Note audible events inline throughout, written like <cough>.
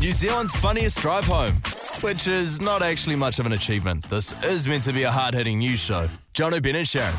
New Zealand's funniest drive home, which is not actually much of an achievement. This is meant to be a hard hitting news show. Jono, Ben, and Sharon.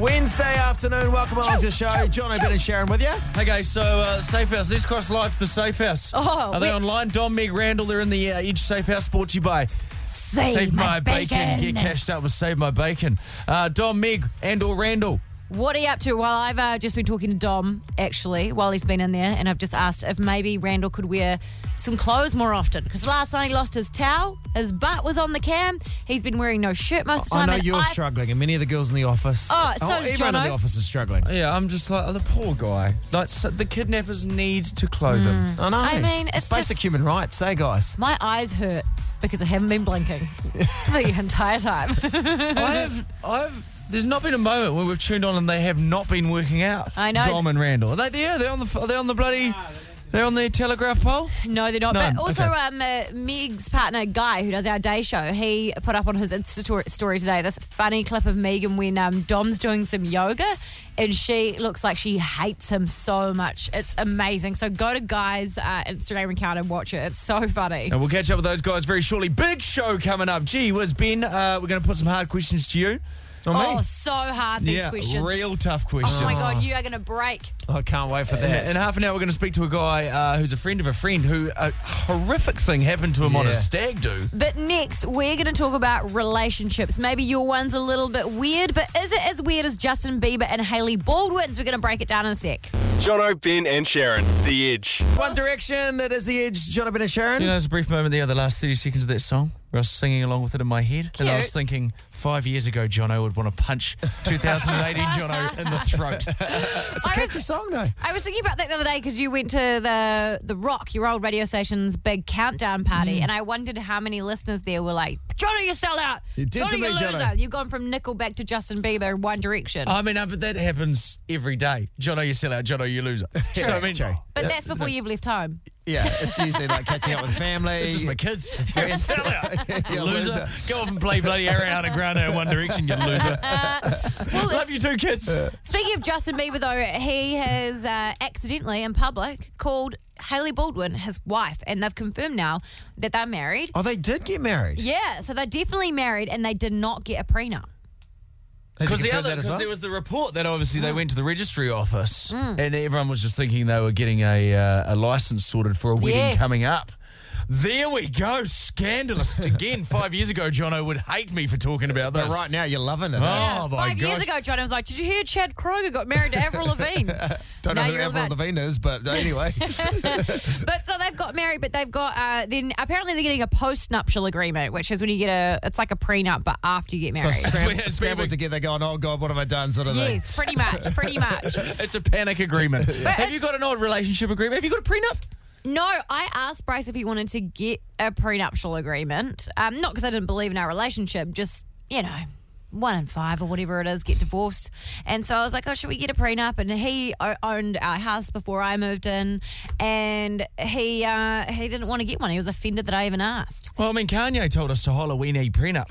Wednesday afternoon, welcome along to the show. John O'Brien and Sharon with you. Okay, so uh, Safe House. Let's cross live to the Safe House. Oh, Are they we- online? Dom, Meg, Randall. They're in the uh, Edge Safe House, brought to you by Save, my, bacon. Get cashed up with Save My Bacon. Uh, Dom, Meg, and or Randall. What are you up to? Well, I've uh, just been talking to Dom, actually, while he's been in there, and I've just asked if maybe Randall could wear some clothes more often. Because last night he lost his towel, his butt was on the cam, he's been wearing no shirt most of the I time. know and you're I- struggling, and many of the girls in the office. Oh, so is everyone in Jono. the office is struggling. Yeah, I'm just like oh, the poor guy. Like so the kidnappers need to clothe him. I know. I mean, it's basic just- human rights, eh, guys? My eyes hurt because I haven't been blinking <laughs> the entire time. I've, I've. There's not been a moment where we've tuned on and they have not been working out. I know. Dom and Randall. Are they there? They're on the. They're on the bloody. They're on the telegraph pole. No, they're not. None. But also, Okay. um, uh, Meg's partner, Guy, who does our day show, he put up on his Insta tor- story today this funny clip of Megan when um, Dom's doing some yoga and she looks like she hates him so much. It's amazing. So go to Guy's uh, Instagram account and watch it. It's so funny. And we'll catch up with those guys very shortly. Big show coming up. Gee whiz, Ben, uh, we're going to put some hard questions to you. On Oh, so hard, these yeah, questions. real tough questions. Oh my God, you are going to break. Oh, I can't wait for that. uh, In half an hour, we're going to speak to a guy uh, who's a friend of a friend who a horrific thing happened to him on a Yeah. stag do. But next, we're going to talk about relationships. Maybe your one's a little bit weird, but is it as weird as Justin Bieber and Haley Baldwin's? We're going to break it down in a sec. Jono, Ben, and Sharon. The Edge. One Direction, that is the edge, Jonathan and Sharon. You know, there's a brief moment there, the last 30 seconds of that song, where I was singing along with it in my head. And I was Cute. thinking, five years ago, Jono would want to punch 2018 Jono in the <laughs> throat. it's a I catchy was- song, though. I was thinking about that the other day because you went to the the Rock, your old radio station's big countdown party, Mm. and I wondered how many listeners there were like, "Johnny, you sell out. You did to Johnny, me, you Jono." loser. You've gone from Nickelback to Justin Bieber in One Direction." I mean, uh, but that happens every day. Jono, you sell out. Jono, you loser. so, I mean, True. but that's before you've left home. <laughs> Yeah, it's usually like catching up with family. It's just my kids. friends. Sell out. <laughs> Yeah, <laughs> loser. Go off and play bloody Ariana Grande in One Direction, you loser. Well, Love you too, kids. speaking of Justin Bieber, though, he has uh, accidentally in public called Haley Baldwin his wife, and they've confirmed now that they're married. Oh, they did get married. Yeah, so they're definitely married, and they did not get a prenup. Has he Because the confirmed other, that as because well? there was the report that obviously they went to the registry office, and everyone was just thinking they were getting a uh, a license sorted for a wedding Yes. coming up. There we go, scandalous again. Five years ago, Jono would hate me for talking about But this. right now, you're loving it. Oh my eh? Five gosh. years ago, John, I was like, "Did you hear Chad Kroger got married to Avril Lavigne?" <laughs> Don't know Now who you're all Avril about- Lavigne is, but <laughs> uh, anyway. <laughs> But so they've got married, but they've got uh, then apparently they're getting a postnuptial agreement, which is when you get a it's like a prenup, but after you get So married. scram- <laughs> It's scrambled big. together, going, "Oh God, what have I done?" Sort of thing. yes, pretty much, pretty much. It's a panic <laughs> agreement. Have it- you got an odd relationship agreement? Have you got a prenup? No, I asked Bryce if he wanted to get a prenuptial agreement. Um, not because I didn't believe in our relationship, just you know. One in five or whatever it is get divorced, and so I was like, "Oh, should we get a prenup?" And he o- owned our house before I moved in, and he uh, he didn't want to get one. He was offended that I even asked. Well, I mean, Kanye told us to holler, we need prenup.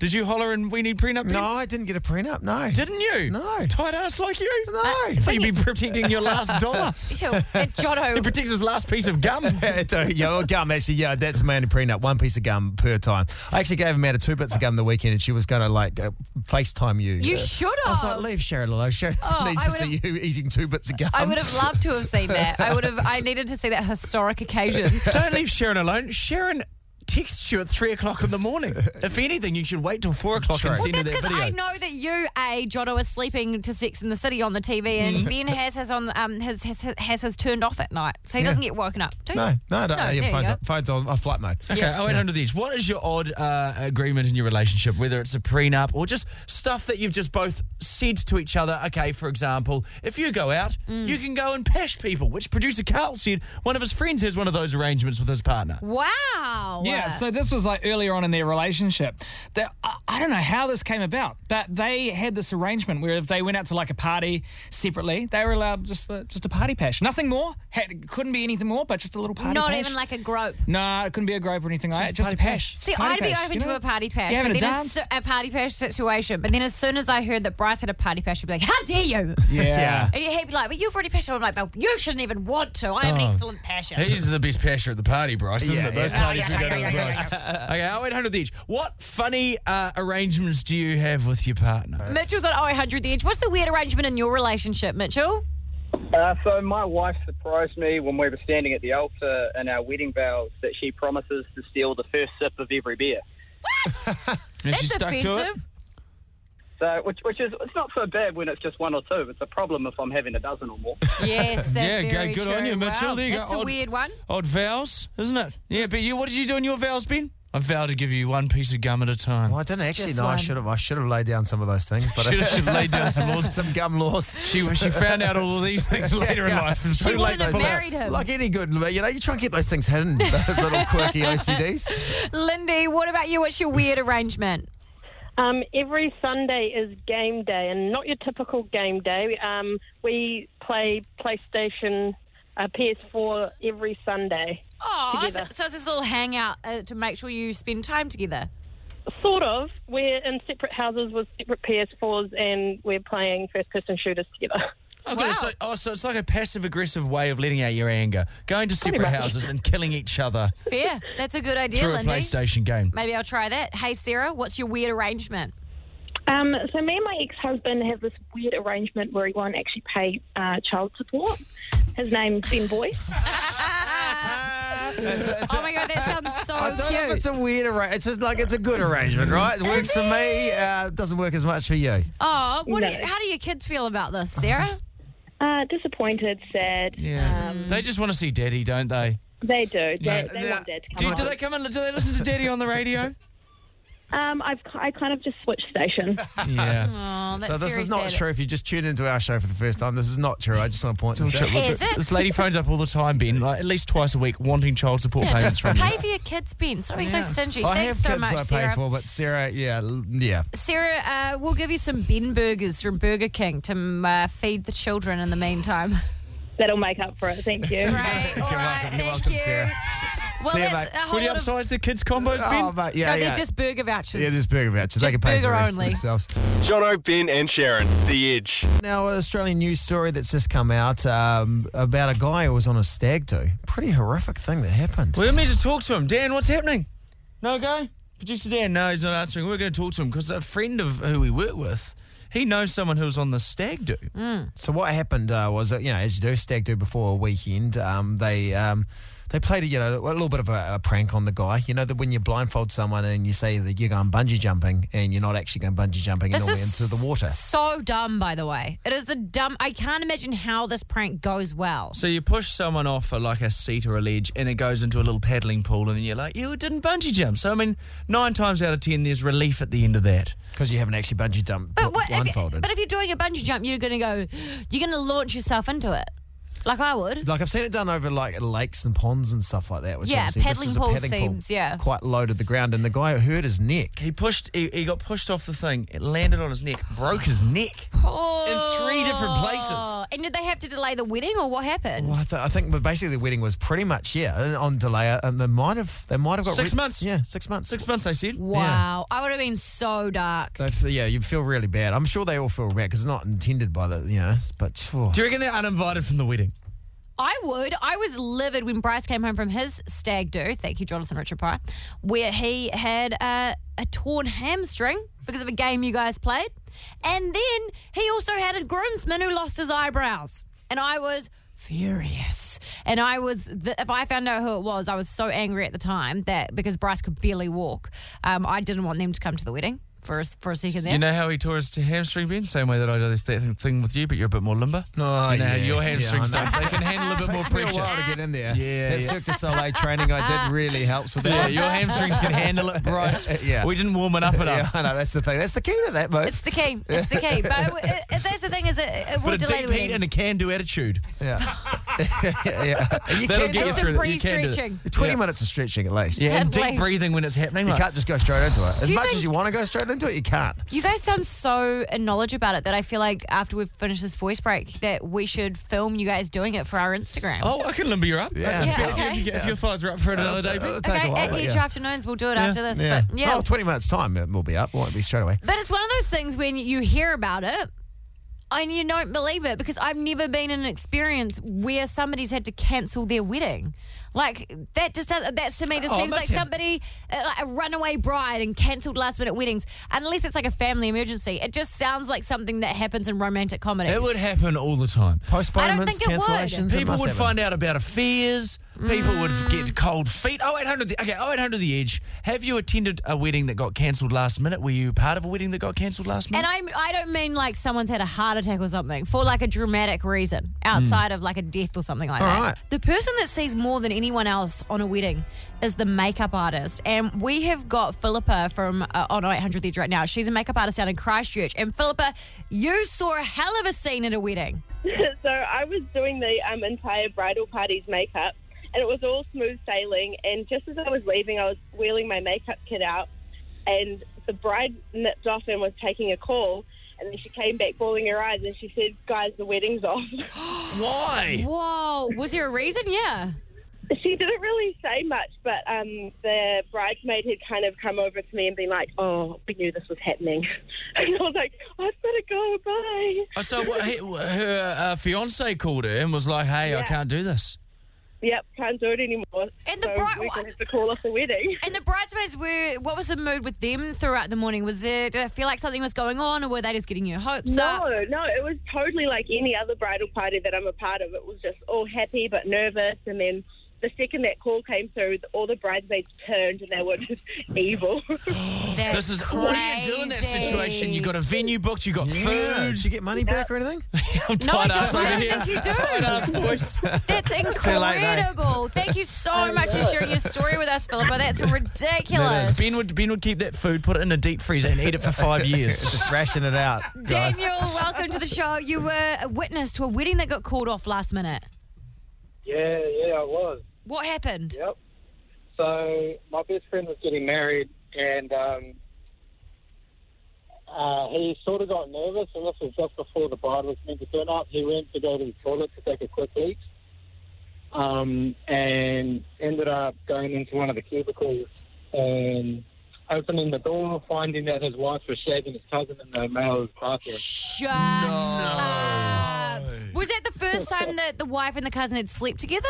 Did you holler and we need prenup? Ben? No, I didn't get a prenup. No, Didn't you? No. Tight ass like you? Uh, No. Thought you'd be protecting your last dollar. Ew, <laughs> and He Jono, protects his last piece of gum. So, yeah, well, gum actually, yeah, that's a mandatory prenup. One piece of gum per time. I actually gave Amanda two bits of gum the weekend, and she was going to like uh, FaceTime you. You Uh, should I was like, have. leave Sharon alone. Sharon Oh, needs I to see would've- you eating two bits of gum. I would have loved to have seen that. I would have. I needed to see that historic <laughs> occasion. Don't leave Sharon alone. Sharon texts you at three o'clock in the morning. If anything, you should wait till four o'clock True. and Well, send That's her that because video. I know that you, a Jono, is sleeping to Sex in the City on the TV, and Ben has his on um his has, has his turned off at night, so he Yeah. doesn't get woken up. Do you? <laughs> No, no, no. No, your there you phone's go. on, phone's on, on flight mode. Okay, I went under the edge. What is your odd uh, agreement in your relationship, whether it's a prenup or just stuff that you've just both said to each other? Okay, for example, if you go out, you can go and pash people, which producer Carl said one of his friends has one of those arrangements with his partner. Wow. Yeah, so this was like earlier on in their relationship. That I, I don't know how this came about, but they had this arrangement where if they went out to like a party separately, they were allowed just the, just a party pash, nothing more. Had, couldn't be anything more, but just a little party Not pash. even like a grope. No, it couldn't be a grope or anything like that. Just party a pash. See, Party I'd be pash, open you to know? a party pash. You having but a then dance? s- A, party pash situation. But then as soon as I heard that Bryce had a party pash, I'd be like, how dare you? yeah. Yeah. <laughs> And he'd be like, well, you've already pashed. I'm like, well, you shouldn't even want to. I have an Oh. excellent passion. He's the best pasher at the party, Bryce, isn't Yeah, it? Those yeah. parties Oh, <laughs> yeah, we go yeah, to with yeah, Bryce. Okay, 0800 The Edge. What funny uh, arrangements do you have with your partner? Mitchell's on 0800 The Edge. What's the weird arrangement in your relationship, Mitchell? Uh, so my wife surprised me when we were standing at the altar in our wedding vows that she promises to steal the first sip of every beer. And That's she stuck offensive. to it? So, which, which is it's not so bad when it's just one or two. It's a problem if I'm having a dozen or more. Yes, that's Yeah, go- very good true. on you, Mitchell. Wow, There you go. that's a Odd- weird one. Odd vows, isn't it? Yeah, but you, what did you do in your vows, Ben? I vowed to give you one piece of gum at a time. Well, I didn't actually Just know. I one. should have. I should have laid down some of those things, but Should have laid down some laws. <laughs> some gum laws. She, she found out all of these things later in <laughs> Yeah. life. And She so- wouldn't have those- married him. Like any good, you know, you try and keep those things hidden. Those <laughs> little quirky OCDs. Lindy, what about you? What's your weird arrangement? Um, every Sunday is game day, and not your typical game day. Um, we play PlayStation, uh, PS4 every Sunday. Oh, so, Together. so it's this little hangout uh, to make sure you spend time together. Sort of. We're in separate houses with separate PS4s, and we're playing first-person shooters together. Okay, Wow. so, oh, so it's like a passive aggressive way of letting out your anger, going to separate much. houses and killing each other Fair. That's a good idea, through a Lindy. PlayStation game. Maybe I'll try that. Hey, Sarah, what's your weird arrangement? Um, so me and my ex-husband have this weird arrangement where he won't actually pay uh, child support. His name's Ben Boyce. oh my god, that sounds so I don't know if cute. it's a weird arrangement. It's just like it's a good arrangement, right? It works for me. Uh, doesn't work as much for you. oh, what do No. you, how do your kids feel about this, <laughs> Sarah? Uh, disappointed, sad. Yeah. Um, they just want to see daddy, don't they? They do. They, No, they no. want dad to Do, come do home. they come and do they listen to daddy on <laughs> the radio? Um, I've, I kind of just switched <laughs> station. Yeah. Oh, that's Now, this very is not sad. true. If you just tune into our show for the first time, this is not true. I just want to point this out. Is it? This lady phones up all the time, Ben, like at least twice a week, wanting child support Yeah, payments just from you. pay for your kids, Ben. Stop being Yeah. so stingy. I have Thanks so kids much, I pay Sarah. for, but Sarah, yeah, l- yeah. Sarah, uh, we'll give you some Ben burgers from Burger King to um, uh, feed the children in the meantime. That'll make up for it. Thank you. <laughs> Right, all right, welcome, thank you're welcome, you. Sarah. Well, See you, that's mate. a Will whole you lot of. upsize the kids' combos, Ben? Oh, but yeah, no, yeah. they're just burger vouchers. yeah, there's burger vouchers. They just can pay for the burger rest of only. themselves. Jono, Ben, and Sharon, The Edge. Now, an Australian news story that's just come out um, about a guy who was on a stag do. Pretty horrific thing that happened. We were meant to talk to him. Dan, what's happening? No go? Producer Dan, no, he's not answering. We're going to talk to him because a friend of who we work with, he knows someone who's on the stag do. Mm. So what happened uh, was that you know, as you do stag do before a weekend, um, they um, they played a, you know a little bit of a, a prank on the guy. You know that when you blindfold someone and you say that you're going bungee jumping and you're not actually going bungee jumping and This all is into the water. so dumb, by the way. It is the dumb. I can't imagine how this prank goes well. So you push someone off a, like a seat or a ledge, and it goes into a little paddling pool, and then you're like, "You didn't bungee jump." So I mean, nine times out of ten, there's relief at the end of that. because you haven't actually bungee jumped But what, if, blindfolded. but if you're doing a bungee jump, you're going to go, you're going to launch yourself into it. Like I would. like I've seen it done over like lakes and ponds and stuff like that. Which Yeah, obviously paddling this is a pool paddling seems, pool, yeah. quite low to the ground, and the guy hurt his neck. He pushed. He, he got pushed off the thing. It landed on his neck, broke his neck. Oh. three different places. And did they have to delay the wedding or what happened? Well, I, th- I think but basically the wedding was pretty much yeah on delay, and they might have they might have got Six re- months. Yeah, six months. Six months, they said. Wow. I would have been so dark. They f- yeah, you feel really bad. I'm sure they all feel bad because it's not intended by the, you know, s- but oh. Do you reckon they're uninvited from the wedding? I would. I was livid when Bryce came home from his stag do. Thank you, Jonathan Richard Pryor, where he had uh, a torn hamstring because of a game you guys played, and then he also had a groomsman who lost his eyebrows, and I was furious. And I was, the, if I found out who it was, I was so angry at the time that because Bryce could barely walk, um, I didn't want them to come to the wedding for a, s- for a second there. You know how he tore his hamstring, Ben? Same way that I do this th- thing with you, but you're a bit more limber. Oh, you know how yeah, your yeah, I hamstrings know. don't. They can handle a bit more <laughs> Takes me a pressure. while to get in there. Yeah, that yeah. Cirque du Soleil <laughs> training I did really helps with Yeah, that. your hamstrings can handle it, Bryce. <laughs> Yeah. We didn't warm it up enough. Yeah, I know. That's the thing. That's the key to that move. it's the key. It's the key. But it, it, that's the thing is it, it will But a delay deep the wedding. heat and a can-do <laughs> attitude. <laughs> yeah, <laughs> yeah. And you That'll can get do Some you through. that. it. You can do it. pre-stretching. Twenty minutes of stretching at least. Yeah, and Tablet. deep breathing when it's happening. You like- can't just go straight into it. As you much think- as you want to go straight into don't do it, you can't. You guys sound so in knowledge about it that I feel like after we've finished this voice break that we should film you guys doing it for our Instagram. Oh, I can limber you up. Yeah. If- Yeah, if- okay. If, you- if your thighs are up for it another day, It'll Pete. take okay, a while, at but each yeah. afternoons we'll do it Yeah. after this. Yeah. But yeah. Oh, 20 minutes time, it will be up. Won't be straight away. but it's one of those things when you hear about it and you don't believe it because I've never been in an experience where somebody's had to cancel their wedding. Like that just does, that to me just Oh, it seems like must have- somebody uh, like a runaway bride and cancelled last minute weddings. Unless it's like a family emergency, it just sounds like something that happens in romantic comedies. It would happen all the time. Postponements, think it would. cancellations. it People must would happen. find out about affairs. People would get cold feet. Oh, 0800 the, okay, 0800 the edge. Have you attended a wedding that got cancelled last minute? Were you part of a wedding that got cancelled last minute? And I, I don't mean like someone's had a heart attack or something for like a dramatic reason outside of like a death or something like All that. right. The person that sees more than anyone else on a wedding is the makeup artist. And we have got Philippa from uh, on 800 The Edge right now. She's a makeup artist out in Christchurch. And Philippa, you saw a hell of a scene at a wedding. so I was doing the um, entire bridal party's makeup, and it was all smooth sailing. And just as I was leaving, I was wheeling my makeup kit out, and the bride nipped off and was taking a call. And then she came back bawling her eyes, and she said, "Guys, the wedding's off." <laughs> Why? Whoa, was there a reason? Yeah. she didn't really say much, but um, the bridesmaid had kind of come over to me and been like, "Oh, we knew this was happening," <laughs> and I was like, "I've got to go, bye." Oh, So what, he, her uh, fiance called her and was like, "Hey, I Yeah. can't do this." Yep, can't do it anymore. And so the bri- we're gonna have to call off the wedding. And the bridesmaids were, what was the mood with them throughout the morning? Was it, did it feel like something was going on or were they just getting your hopes up? No, no, it was totally like any other bridal party that I'm a part of. It was just all happy but nervous. And then the second that call came through, all the bridesmaids turned and they were just <laughs> evil. That's This is what do you do in that crazy. situation? You got a venue booked, you got Yeah. food. <laughs> Did you get money back or anything? I'm No, I tired ass don't, over I here. don't think you <laughs> do. Tired ass <laughs> boys. <laughs> That's too late, eh? incredible. Thank you so much for sharing your story with us, Philippa. <laughs> That's ridiculous. Ben would Ben would keep that food, put it in a deep freezer, and eat it for five years. <laughs> Just ration it out. guys. Daniel, welcome to the show. You were a witness to a wedding that got called off last minute. Yeah, yeah, I was. What happened? Yep. So my best friend was getting married, and um, uh, he sort of got nervous, and this was just before the bride was meant to turn up. He went to go to the toilet to take a quick leak, um, and ended up going into one of the cubicles and opening the door, finding that his wife was shaving his cousin in the male's bathroom. Shut up. Was that the first time that the wife and the cousin had slept together?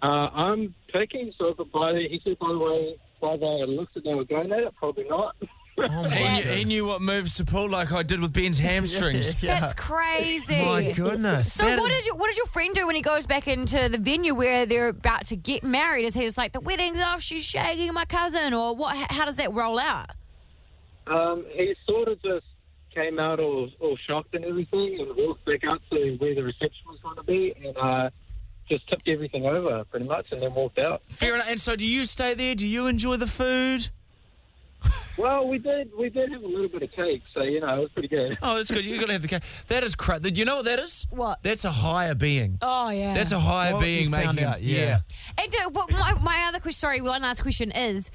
Uh, I'm picking, so if it- by the, he said, by the way, by the looks that they were going at it, probably not. Oh, He, knew- my he goodness. knew what moves to pull, like I did with Ben's <laughs> hamstrings. That's crazy. My goodness. So what did you, what did your friend do when he goes back into the venue where they're about to get married? Is he just like the wedding's off? She's shagging my cousin, or what? How does that roll out? Um, he sort of just came out all, all shocked and everything and walked back up to where the reception was going to be and uh, just tipped everything over pretty much and then walked out. Fair enough. And so, do you stay there? Do you enjoy the food? Well, we did we did have a little bit of cake, so you know it was pretty good. Oh, that's good. You gotta have the cake. That is crap. You know what that is? What? That's a higher being. Oh yeah, That's a higher Well, you being making. found him- out, yeah. And uh, what, my, my other question, sorry, one last question is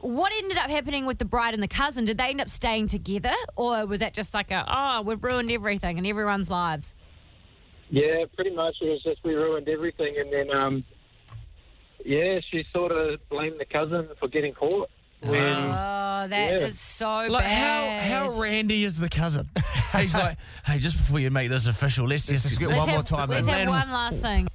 what ended up happening with the bride and the cousin? Did they end up staying together? Or was that just like a, oh, we've ruined everything and everyone's lives? Yeah, pretty much it was just we ruined everything and then um, yeah, she sort of blamed the cousin for getting caught. When, Oh, that is Yeah. so Like how bad. how randy is the <laughs> cousin? He's like, hey, just before you make this official, let's just just get Let's One have, more time, Let's have then. one last thing.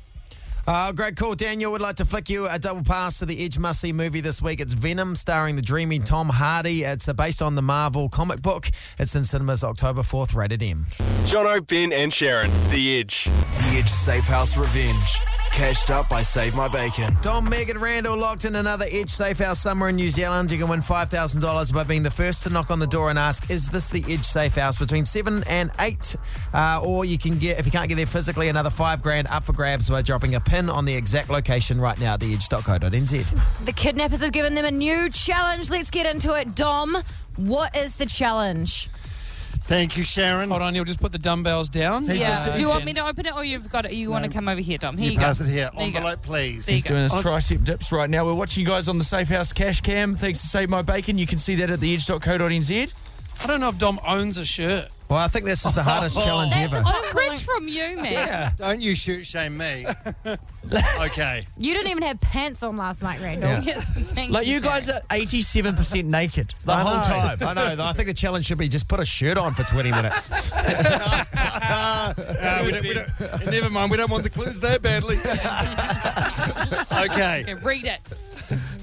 Uh, great call, Daniel. Would like to flick you a double pass to the Edge Must See movie this week. It's Venom, starring the dreamy Tom Hardy. It's uh, based on the Marvel comic book. It's in cinemas October 4th, rated M. Jono, Ben, and Sharon. The Edge. The Edge Safe House Revenge. Cashed up by Save My Bacon. Dom, Megan, Randall locked in another Edge Safe House summer in New Zealand. You can win $5,000 by being the first to knock on the door and ask, is this the Edge Safe House between 7 and 8? Uh, or you can get, if you can't get there physically, another 5 grand up for grabs by dropping a pin on the exact location right now at theedge.co.nz. The kidnappers have given them a new challenge. Let's get into it. Dom, what is the challenge? Thank you, Sharon. Hold on, Neil. Just put the dumbbells down. Yeah. Just- Do you want me to open it or you've got it? You want to come over here, Dom? Here You you, go. pass it here. There you go. Envelope, please. There you He's go. doing his Awesome. tricep dips right now. We're watching you guys on the Safe House Cash Cam. Thanks to Save My Bacon. You can see that at theedge.co.nz. I don't know if Dom owns a shirt. Well, I think this is the Oh. hardest challenge That's ever. I'm rich from you, <laughs> man. Don't you shoot shame me. okay. You didn't even have pants on last night, Randall. Yeah. Yes, thank Like, you guys are 87% naked the I whole know, time. I know. I think the challenge should be just put a shirt on for <laughs> 20 minutes. Uh, we don't, we don't, never mind. We don't want the clues that <laughs> badly. okay. Okay, read it.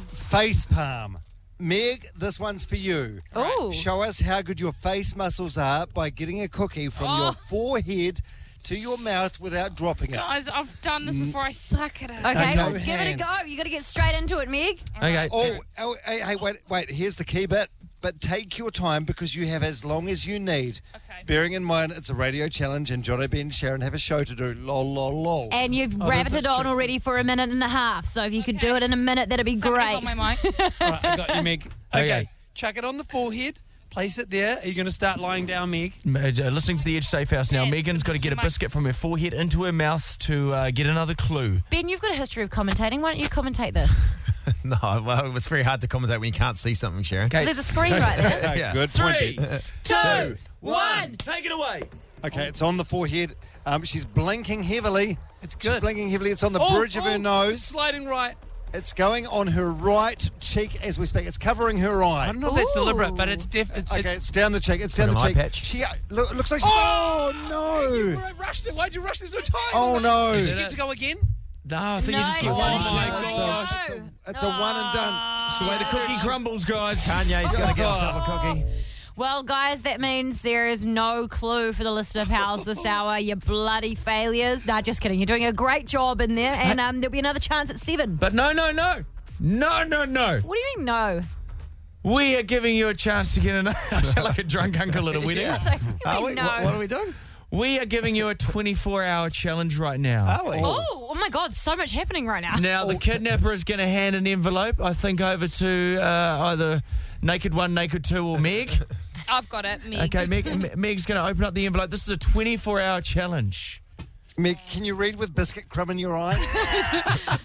Face palm. Meg, this one's for you. Ooh. Show us how good your face muscles are by getting a cookie from your Oh. forehead to your mouth without dropping it. Guys, I've done Mm. this before. I suck at it. Oh, Okay, And no well, give it a hands. go. You got to get straight into it, Meg. Okay. Oh, oh, hey, hey, wait, wait. Here's the key bit. But take your time because you have as long as you need. Okay. Bearing in mind it's a radio challenge and Johnny, B, and Sharon have a show to do. Lol, lol, lol. And Oh, you've there's rabbited those on choices. already for a minute and a half. So if you could do Okay. it in a minute, that'd be Somebody great. got my mic. Right, I got you, Meg. Okay. Okay. Chuck it on the forehead. Place it there. Are you going to start lying down, Meg? Uh, listening to the Edge Safe House now. Yeah, Megan's got to get a biscuit from her forehead into her mouth to uh, get another clue. Ben, you've got a history of commentating. Why don't you commentate this? no, well, it was very hard to commentate when you can't see something, Sharon. There's a screen right there. Okay, Yeah. Good <laughs> Three, point. two, one. Take it away. Okay, it's on the forehead. Um, she's blinking heavily. It's She's good. blinking heavily. It's on the Oh, bridge of her oh, nose. Sliding right. It's going on her right cheek as we speak. It's covering her eye. I don't know if that's deliberate, but Ooh. it's def. It's, Okay, it's down the cheek. It's down Like the an eye cheek. patch? She uh, look, it looks like. She's, Oh, oh, You no! rushed it. Why'd you rush? There's no time. Oh no! Did you get to go again? No, <laughs> I think No, you just get it's one not a Oh my shot. show. gosh. No. It's a- It's a one and done. Ah. It's the way the cookie crumbles, guys. Kanye's got to get himself a Oh. cookie. Well, guys, that means there is no clue for the list of pals <laughs> this hour. You bloody failures. Nah, just kidding. You're doing a great job in there, and um, there'll be another chance at seven. But no, no, no. No, no, no. What do you mean, no? <laughs> We are giving you a chance to get another. <laughs> I sound like a drunk uncle at a <laughs> wedding. So, what do you Are mean, we, no. what, what are we doing? We are giving you a 24 hour challenge right now. Are we? oh, oh my God, so much happening right now. Now, the kidnapper is going to hand an envelope, I think, over to uh, either Naked One, Naked Two, or Meg. I've got it. <laughs> Me. <laughs> Okay, Meg, M- Meg's going to open up the envelope. This is a 24 hour challenge. Meg, can you read with biscuit crumb in your <laughs> eye?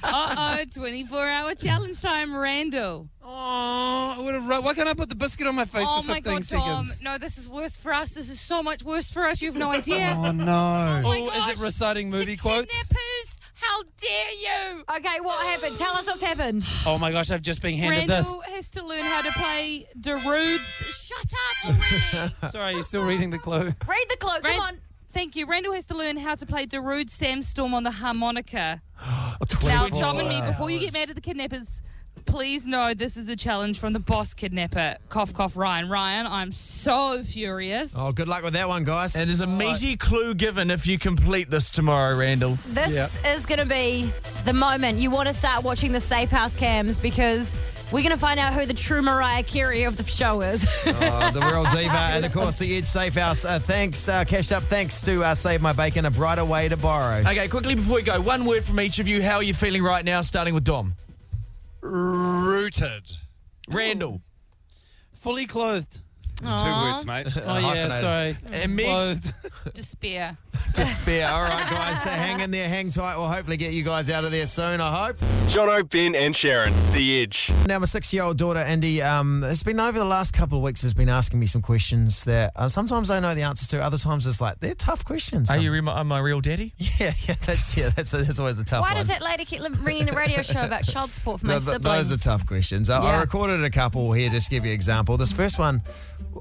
Uh oh, 24 hour challenge time, Randall. Oh, I would have. Why can't I put the biscuit on my face oh for my 15 God, Tom. seconds? No, this is worse for us. This is so much worse for us. You have no idea. <laughs> oh no! my Oh, gosh. is it reciting movie quotes? Kidnappers, how dare you? Okay, what happened? Tell us what's happened. Oh my gosh, I've just been handed this. Randall has to learn how to play Darude's. Shut up already. Sorry, you're still reading the clue. Read the clue. Come Ran- on. Thank you. Randall has to learn how to play Darude Sandstorm on the harmonica. Oh, Now, Tom and me, before you get mad at the kidnappers, please know <laughs> this is a challenge from the boss kidnapper, cough cough Ryan. Ryan, I'm so furious. Oh, good luck with that one, guys. And there's a meaty clue given if you complete this tomorrow, Randall. This is going to be the moment you want to start watching the Safe House cams because we're going to find out who the true Mariah Carey of the show is. <laughs> Oh, the real diva, and of course the Edge Safe House. Uh, thanks, uh, cashed up. Thanks to uh, Save My Bacon, a brighter way to <laughs> borrow. Okay, quickly before we go, one word from each of you. How are you feeling right now, starting with Dom? Rooted. Randall. Fully clothed. Two words, mate. Oh yeah, hyphenated. sorry. And Meg? Clothed. Despair. Despair. All right, guys, so hang in there, hang tight. We'll hopefully get you guys out of there soon. I hope. Jono, Ben, and Sharon, The Edge. Now, my six-year-old daughter Indy, um, has been over the last couple of weeks has been asking me some questions that uh, sometimes I know the answers to, other times it's like they're tough questions. Um, Are you re- my, my real daddy? <laughs> Yeah, yeah, that's yeah, that's that's always the tough Why one. does that lady keep li- ringing the radio show <laughs> about child support for my Th- th- siblings? Those are tough questions. I, I Yeah. recorded a couple here just to give you an example. This first one,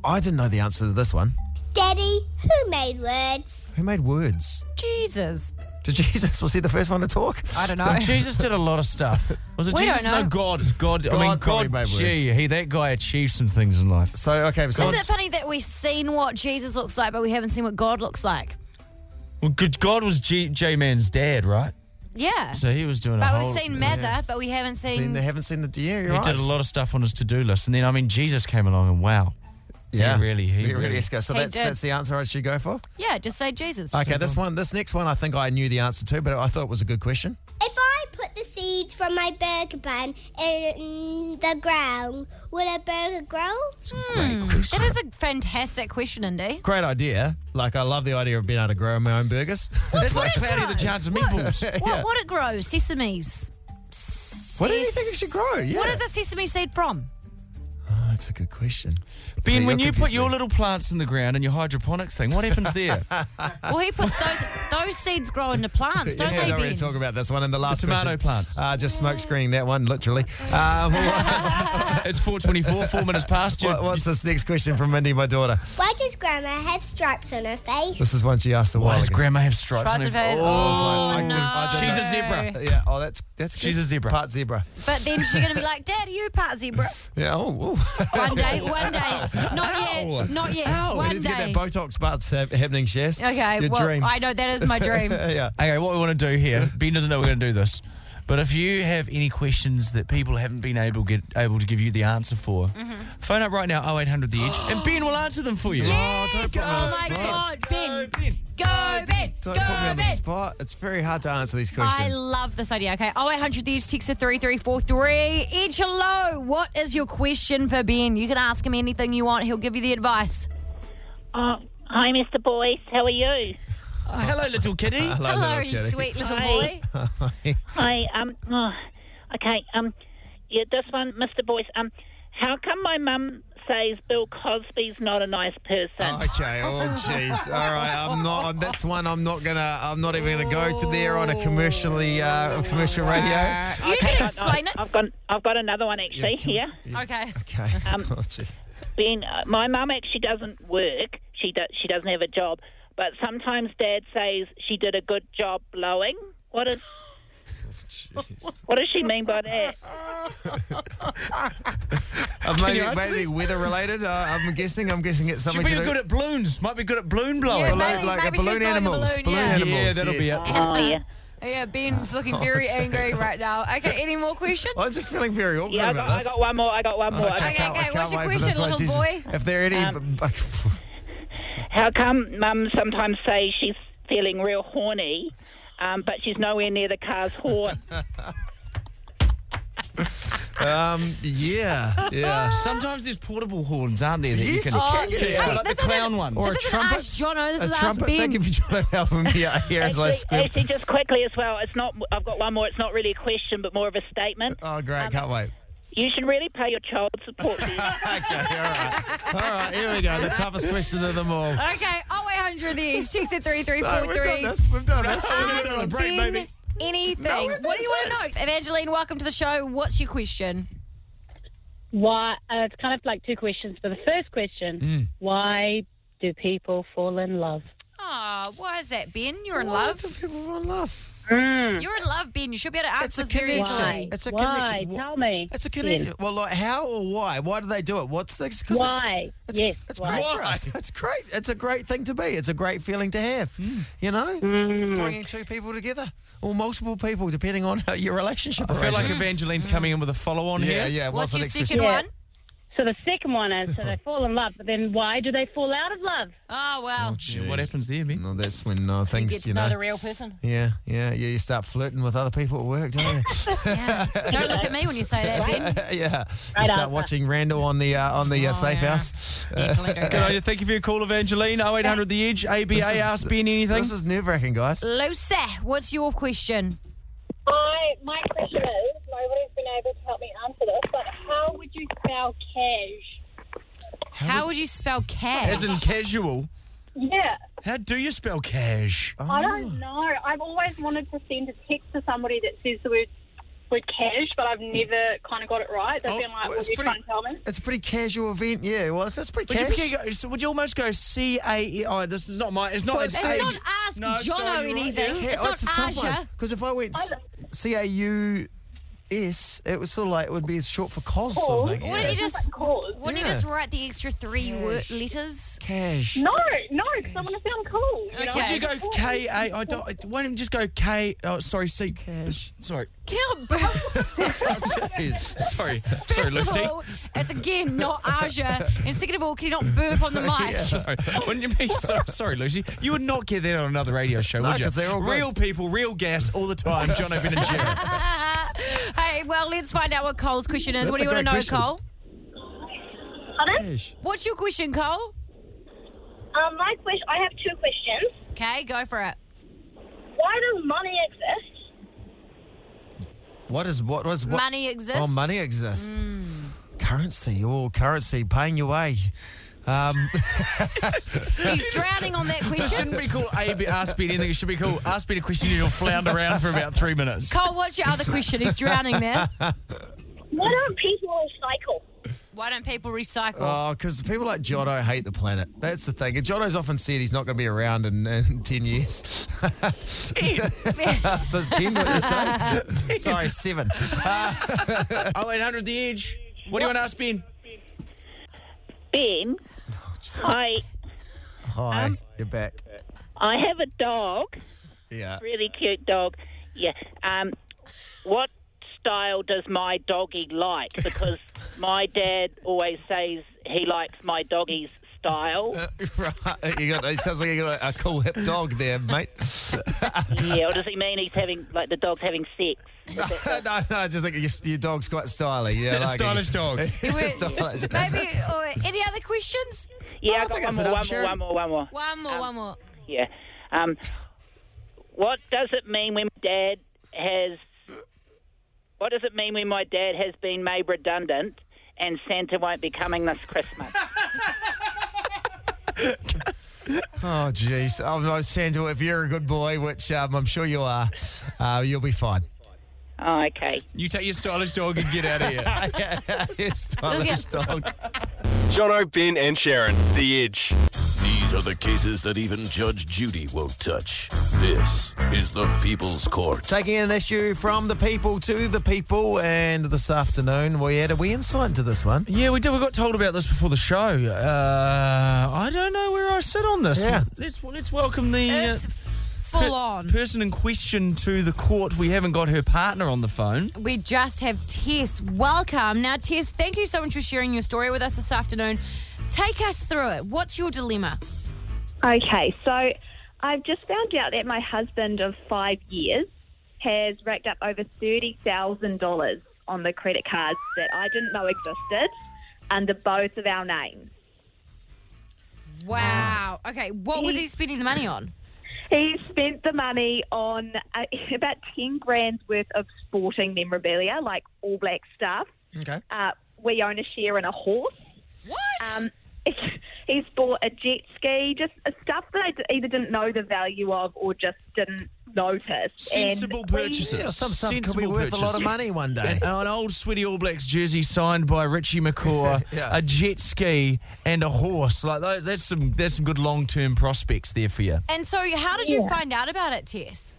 I didn't know the answer to this one. Daddy, who made words? Who made words? Jesus. Did <laughs> Jesus was he the first one to talk? I don't Well, know. Jesus did a lot of stuff. Was it We Jesus? don't know. No, God. God. I God mean, probably God. made words. Gee, he, that guy achieved some things in life. So okay, so Isn't it funny that we've seen what Jesus looks like, but we haven't seen what God looks like? Well, good- God was G- J Man's dad, right? Yeah. So he was doing a but whole... we've seen Mazza, but we haven't seen. seen, they haven't seen the yeah, you're He right. did a lot of stuff on his to-do list, and then I mean, Jesus came along, and wow, Yeah, He really- he really- escalated. So He that's did. that's the answer I should go for. yeah, just say Jesus. Okay, this one, this next one, I think I knew the answer to, but I thought it was a good question. If I put the seed seeds from my burger bun in the ground, will a burger grow? Hmm. That is a fantastic question, Indy. Great idea. Like, I love the idea of being able to grow my own burgers. <laughs> That's like Cloudy the Chance of Meatballs. <laughs> What Yeah. would it grow? Sesames. What do you think it should grow? Yeah. What is a sesame seed from? Oh, that's a good question. Ben, See, when you're you put confusing your me. little plants in the ground and your hydroponic thing, what happens <laughs> there? Well, he puts those, those seeds grow into plants, don't Uh, <laughs> yeah, they, don't Ben? really talk about this one. And the last tomato question- plants. Uh, just smoke screening that one, literally. <laughs> Um, it's 4.24, four minutes past you. What, what's this next question from Mindy, my daughter? Why does grandma have stripes on her face? This is one she asked a while Why does ago. Grandma have stripes on her Stripes on her face. Oh, Oh, no. She's a zebra. Yeah. Oh, that's that's. She's good. a zebra. Part zebra. But then she's going to be like, Dad, are you part <laughs> zebra? Yeah. Oh. oh. One day, one day. Not yet. Not yet. We One need to get day. that Botox butt's hap- happening, Jess. Okay, Your well, dream. Oh, I know that is my dream. <laughs> yeah. Okay, what we want to do here, Ben doesn't know we're going to do this, but if you have any questions that people haven't been able get able to give you the answer for, Mm-hmm. phone up right now 0800 the edge, and Ben will answer them for you. Yes! Oh, put me on the my spot. God, Ben. Go, Ben. Go, Don't put me on the Ben. spot. It's very hard to answer these I questions. love this idea. Okay, oh, 0800 the edge, text to 3343. Edge, hello. What is your question for Ben? You can ask him anything you want, he'll give you the advice. Oh, hi, Mr. Boyce. How are you? Oh, hello, little kitty. hello, Hello, you sweet little Hi. boy. Hi. Um. oh, okay. Um. Yeah, this one, Mr. Boyce. Um. How come my mum says Bill Cosby's not a nice person? Okay. Oh, jeez. All right. I'm not. I'm, that's one. I'm not gonna. I'm not even gonna go to there on a commercially uh, commercial radio. You Okay, can I- explain it. I've got I've got another one actually here. Okay. Okay. Um, <laughs> Oh, gee. Ben, uh, my mum actually doesn't work. She do, she doesn't have a job, but sometimes Dad says she did a good job blowing. What is what does she mean by that? Uh, you maybe answer maybe these? weather related. Uh, I'm guessing. I'm guessing it's She something. might be to do- good at balloons. Might be good at balloon blowing. Yeah, Balloon- maybe- Oh, like maybe a she's balloon blowing a animals. balloon, balloon yeah. animals. Oh, Yeah, that'll be yes. it. Oh yeah, <laughs> Yeah, Ben's looking very angry right now. Okay, any more questions? I'm just feeling very awkward yeah. I got, about I this. got one more. I got one more. Okay, can't- okay, I what's can't your wait for this question, one. little Jesus. boy? If there are any, Um, b- b- How come Mum sometimes says she's feeling real horny, um, but she's nowhere near the car's <laughs> horn? um, <laughs> yeah, <laughs> yeah. Sometimes there's portable horns, aren't there? That Yes, you you can. can get yeah, some. like the Oh, This isn't- clown one. Or this a isn't trumpet? Ask Jono, this a is Ask trumpet. Ben. Thank you for trying to help me out here as I Actually, squib. actually, just quickly as well, it's not. I've got one more. It's not really a question, but more of a statement. Oh, great! Can't wait. You should really pay your child <laughs> support. bill. Okay, all right, all right. Here we go. The toughest question of them all. Okay, 0800 the edge, text at No, we've 3343. done this. We've done this. We're gonna do Ask a break, Ben maybe. anything. No, we've what do you done want to know? Evangeline, welcome to the show. What's your question? Why? Uh, it's kind of like two questions. But the first question: Hmm. Why do people fall in love? Ah, why is that, Ben? You're in Why love. do people fall in love? You're in love, Ben. You should be able to answer It's a this very connection. easily. It's a Why? connection. Wh- Tell me. It's a connection. Yes. Well, like how or why? Why do they do it? What's this? 'cause Why? It's, it's, Yes, It's why? great for us. It's great. It's a great thing to be. It's a great feeling to have. You know, Hmm. bringing two people together or multiple people, depending on how your relationship. I feel like arrangement. Evangeline's coming in with a follow on here. yeah, yeah. What's the your next question? second Yeah. one? So the second one is: So they fall in love, but then why do they fall out of love? Oh, <laughs> well. Yeah, what Jeez. happens there, Ben? No, that's when uh, things Get to you know know. the real person. yeah, yeah, yeah. You start flirting with other people at work, don't you? <laughs> Yeah. Don't look at me when you say that, Ben. <laughs> yeah. You Right start answer. watching Randall on the uh, on the uh, Safe House. Definitely don't. Good idea. Thank you for your call, Evangeline. 0800 The Edge, ABA, This is- ask Ben anything. This is nerve wracking, guys. Lucy, what's your question? My my question is, nobody's been able to help me answer this, but how would you spell cash? How would you spell As cash? in casual. Yeah, How do you spell cash? Oh. I don't know. I've always wanted to send a text to somebody that says the word word cash, but I've never kind of got it right. They've Oh, been like, well, "Will it's you pretty- try and tell me?" It's a pretty casual event, yeah. Well, it's, that's pretty Would you, casual. be- so would you almost go C A E? Oh, this is not my. It's not. Well, it's It's Sage. not ask No, Jono sorry, you're right, anything. yeah. Yeah, It's oh, not it's a tough Asia. one. Because if I went C A U S, it was sort of like it would be short for cos sort of thing. Wouldn't yeah. you just Cause. wouldn't Yeah. you just write the extra three word letters? <laughs> cash? No, no, because I want to sound cool. You know? Okay. Would you go K A? I don't. Why don't you just go K? Oh, sorry, C. Cash. Sorry, Count Brooks. <laughs> Jeez. sorry, sorry, First of Lucy. all, it's again not Asia. And second of all, can you not burp on the mic? Sorry. Wouldn't you be so sorry, Lucy? You would not get that on another radio show, No, would you? 'cause they're all <laughs> good. real people, real gas all the time. John O'Brien and Jerry. well, let's find out what Cole's question is. what do That's you a want to know, great Cole? Yes. What's your question, Cole? Um, my question. I have two questions. Okay, go for it. Why does money exist? What is what was what? Money exists. Oh, money exists. Currency, oh, currency, paying your way. Um, He's drowning on that It question. shouldn't be called A B Ask Me Anything. It should be called Ask Me a Question and you'll flounder around for about three minutes. Cole, what's your other question? He's drowning there. Why don't people recycle? Why don't people recycle? Oh, because people like Jono hate the planet. That's the thing. And Jono's often said he's not going to be around in, in <laughs> 10 years. so it's 10, what you say? Sorry, 7. oh, 800 The Edge. What do you want to ask Ben? Ben, Oh, I Hi, you're back. I have a dog, Yeah. really cute dog. Yeah. Um, what style does my doggy like? Because my dad always says he likes my doggy's style. <laughs> Right. You got, it sounds like you got a, a cool hip dog there, mate. <laughs> yeah. Or does he mean he's having like the dog's having sex? no, no, I just think your, your dog's quite stylish. Yeah, like Stylish <laughs> dog. Wait, stylish. Maybe or any other questions? Yeah, I got one more, one more, one more, one more. One more, one more. Yeah. Um, what does it mean when dad has? What does it mean when my dad has been made redundant and Santa won't be coming this Christmas? Oh, jeez. Oh, no, Sandra, if you're a good boy, which um, I'm sure you are, uh, you'll be fine. Oh, okay. You take your stylish dog and get out <laughs> of here. Your stylish dog. Jono, Ben, and Sharon, The Edge. These are the cases that even Judge Judy won't touch. This is the People's Court. Taking an issue from the people to the people, and this afternoon we had a wee insight into this one. Yeah, we did. We got told about this before the show. Uh, I don't know where I sit on this. Yeah. Let's let's welcome the uh, It's full on. person in question to the court. We haven't got her partner on the phone. We just have Tess. Welcome. Now, Tess, thank you so much for sharing your story with us this afternoon. Take us through it. What's your dilemma? Okay, so I've just found out that my husband of five years has racked up over $30,000 on the credit cards that I didn't know existed under both of our names. Wow. Okay, what was he spending the money on? He spent the money on uh, <laughs> about 10 grand's worth of sporting memorabilia, like all black stuff. Okay. Uh, we own a share in a horse. What? Um, <laughs> he's bought a jet ski, just uh, stuff that I d- either didn't know the value of or just didn't notice. Sensible And we- purchases. Yeah, some stuff could be Sensible worth a lot purchases. of money one day. And an old sweaty All Blacks jersey signed by Richie <laughs> McCaw, a jet ski, and a horse. Like tho- that's some that's some good long term prospects there for you. And so, how did you find out about it, Tess?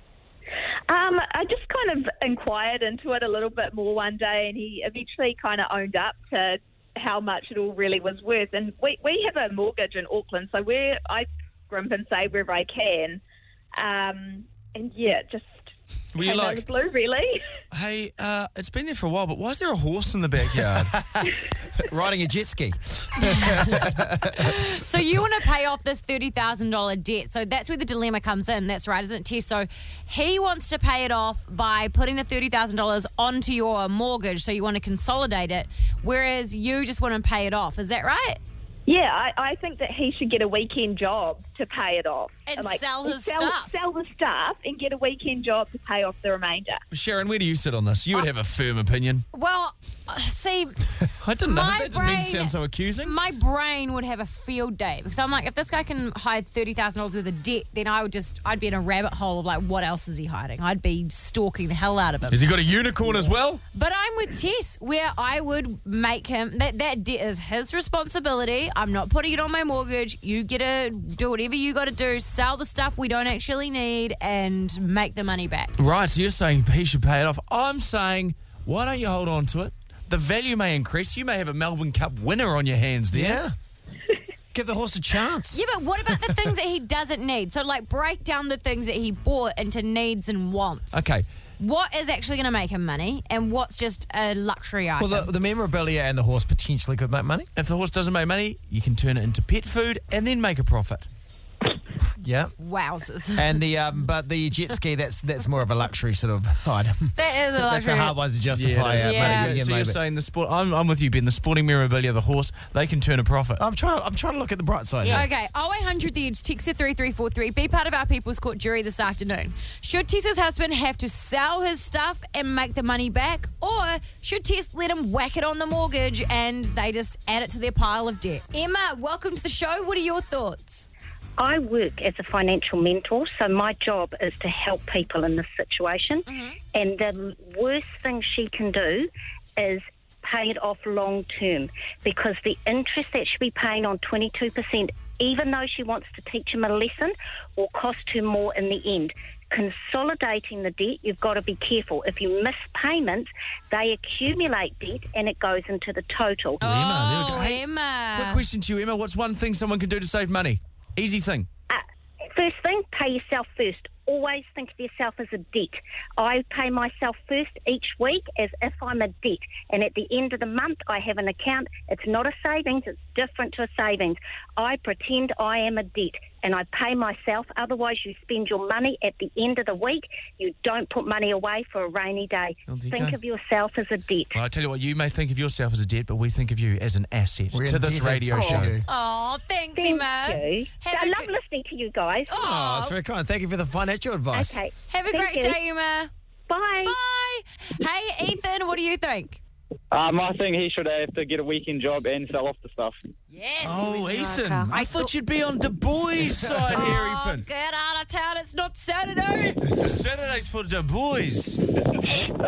Um, I just kind of inquired into it a little bit more one day, and he eventually kind of owned up to how much it all really was worth. And we, we have a mortgage in Auckland, so we're I scrimp and save wherever I can. Um, and yeah, it just Were you came out of the like- blue, really. Hey, uh, it's been there for a while, but why is there a horse in the <laughs> backyard? Riding a jet ski. So, you want to pay off this $30,000 debt. So, that's where the dilemma comes in. That's right, isn't it, Tess? So, he wants to pay it off by putting the $30,000 onto your mortgage. So, you want to consolidate it, whereas you just want to pay it off. Is that right? Yeah, I, I think that he should get a weekend job to pay it off And sell his sell, stuff. Sell the stuff and get a weekend job to pay off the remainder. Sharon, where do you sit on this? You would have a firm opinion. Well, see, I didn't know. My That didn't mean to brain- sound so accusing. my brain would have a field day because I'm like, if this guy can hide thirty thousand dollars worth of debt, then I would just, I'd be in a rabbit hole of like, what else is he hiding? I'd be stalking the hell out of him. Has he got a unicorn as well? But I'm with Tess, where I would make him that that debt is his responsibility. I'm not putting it on my mortgage. You get to do whatever you got to do, sell the stuff we don't actually need, and make the money back. Right, so you're saying he should pay it off. I'm saying, why don't you hold on to it? The value may increase. You may have a Melbourne Cup winner on your hands there. <laughs> Yeah. Give the horse a chance. Yeah, but what about the things that he doesn't need? So, like, break down the things that he bought into needs and wants. Okay. What is actually going to make him money, and what's just a luxury item? Well, the, the memorabilia and the horse potentially could make money. If the horse doesn't make money, you can turn it into pet food and then make a profit. Yeah. Wowzers. <laughs> <laughs> And the um, but the jet ski that's that's more of a luxury sort of item. That is a That's a luxury. hard one to justify. Yeah, uh, yeah. money, So money, you're but- saying the sport? I'm, I'm with you, Ben. The sporting memorabilia, the horse, they can turn a profit. I'm trying. To, I'm trying to look at the bright side. Okay, 0800 The Edge, Texas 3343. Be part of our People's Court jury this afternoon. Should Tessa's husband have to sell his stuff and make the money back? Or should Tess let him whack it on the mortgage and they just add it to their pile of debt? Emma, welcome to the show. What are your thoughts? I work as a financial <laughs> mentor, so my job is to help people in this situation. Mm-hmm. And the worst thing she can do is pay it off long term because the interest that she'll be paying on 22%, even though she wants to teach him a lesson, will cost her more in the end. Consolidating the debt, you've got to be careful. If you miss payments, they accumulate debt and it goes into the total. Emma, Oh, there we go. Hey, Emma. Quick question to you, Emma. What's one thing someone can do to save money? Easy thing. First thing, pay yourself first. Always think of yourself as a debt. I pay myself first each week as if I'm a debt. And at the end of the month, I have an account. It's not a savings, it's different to a savings. I pretend I am a debt and I pay myself. Otherwise, you spend your money at the end of the week. You don't put money away for a rainy day. Oh, there you think go. of yourself as a debt. Well, I tell you what, you may think of yourself as a debt, but we think of you as an asset We're to this indebted radio to show. you. Oh, thanks, Emma. I love listening to you guys. Oh, that's very kind. Thank you for the financial advice. Okay. Have a Thank great you. day, Emma. Bye. Bye. Hey, Ethan, what do you think? Um, I think he should have to get a weekend job and sell off the stuff. Yes. Oh, Ethan, Marker. I thought you'd be on Du Bois' side Oh, here, Ethan. Get out of town. It's not Saturday. Saturdays for Du Bois.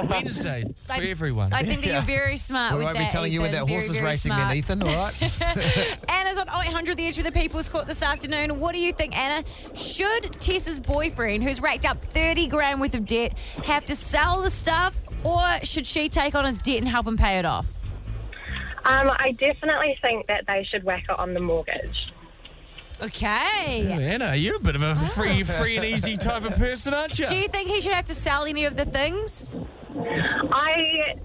Wednesday for I- everyone. I <laughs> think that you're very smart We with won't that. be telling you when Ethan. that horse Very, is very racing smart. then, Ethan, <laughs> all right? <laughs> Anna's on 0800 The Edge with the People's Court this afternoon. What do you think, Anna? Should Tessa's boyfriend, who's racked up 30 grand worth of debt, have to sell the stuff or should she take on his debt and help him pay it off? Um, I definitely think that they should whack it on the mortgage. Okay. Oh, Anna, you're a bit of a free, free and easy type of person, aren't you? Do you think he should have to sell any of the things? I.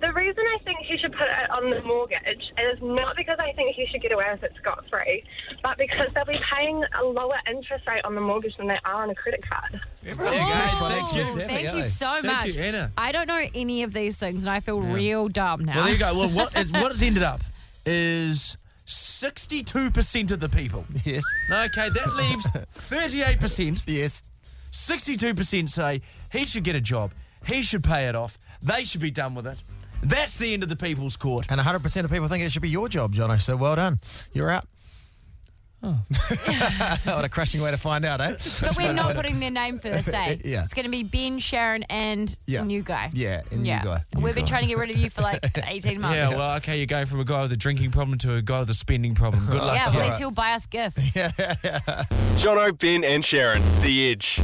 The reason I think he should put it on the mortgage is not because I think he should get away with it scot free, but because they'll be paying a lower interest rate on the mortgage than they are on a credit card. That's great. Oh, Thank you. Thank you so Thank much. you, Anna. I don't know any of these things and I feel real dumb now. Well, there you go. Well, what is what has ended up is sixty-two percent of the people. Yes. Okay, that leaves thirty-eight percent. Yes. Sixty-two percent say he should get a job. He should pay it off. They should be done with it. That's the end of the people's court. And 100% of people think it should be your job, Jono. So well done. You're out. Oh. <laughs> what a crushing way to find out, eh? But we're not putting their name <laughs> first, eh? Yeah. It's going to be Ben, Sharon, and Yeah. new guy. Yeah, and new guy. We've New been guy. trying to get rid of you for <laughs> like 18 months. Yeah, well, okay, you're going from a guy with a drinking problem to a guy with a spending problem. Good luck yeah, to at you. least he'll buy us gifts. Jono, Ben, and Sharon, The Edge.